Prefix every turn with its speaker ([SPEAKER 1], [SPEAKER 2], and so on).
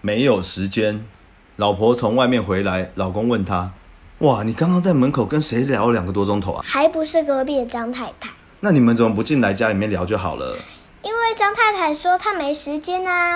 [SPEAKER 1] 没有时间。老婆从外面回来，老公问她：“哇，你刚刚在门口跟谁聊了两个多钟头啊？
[SPEAKER 2] 还不是隔壁的张太太，
[SPEAKER 1] 那你们怎么不进来家里面聊就好了？”
[SPEAKER 2] 因为张太太说她没时间啊。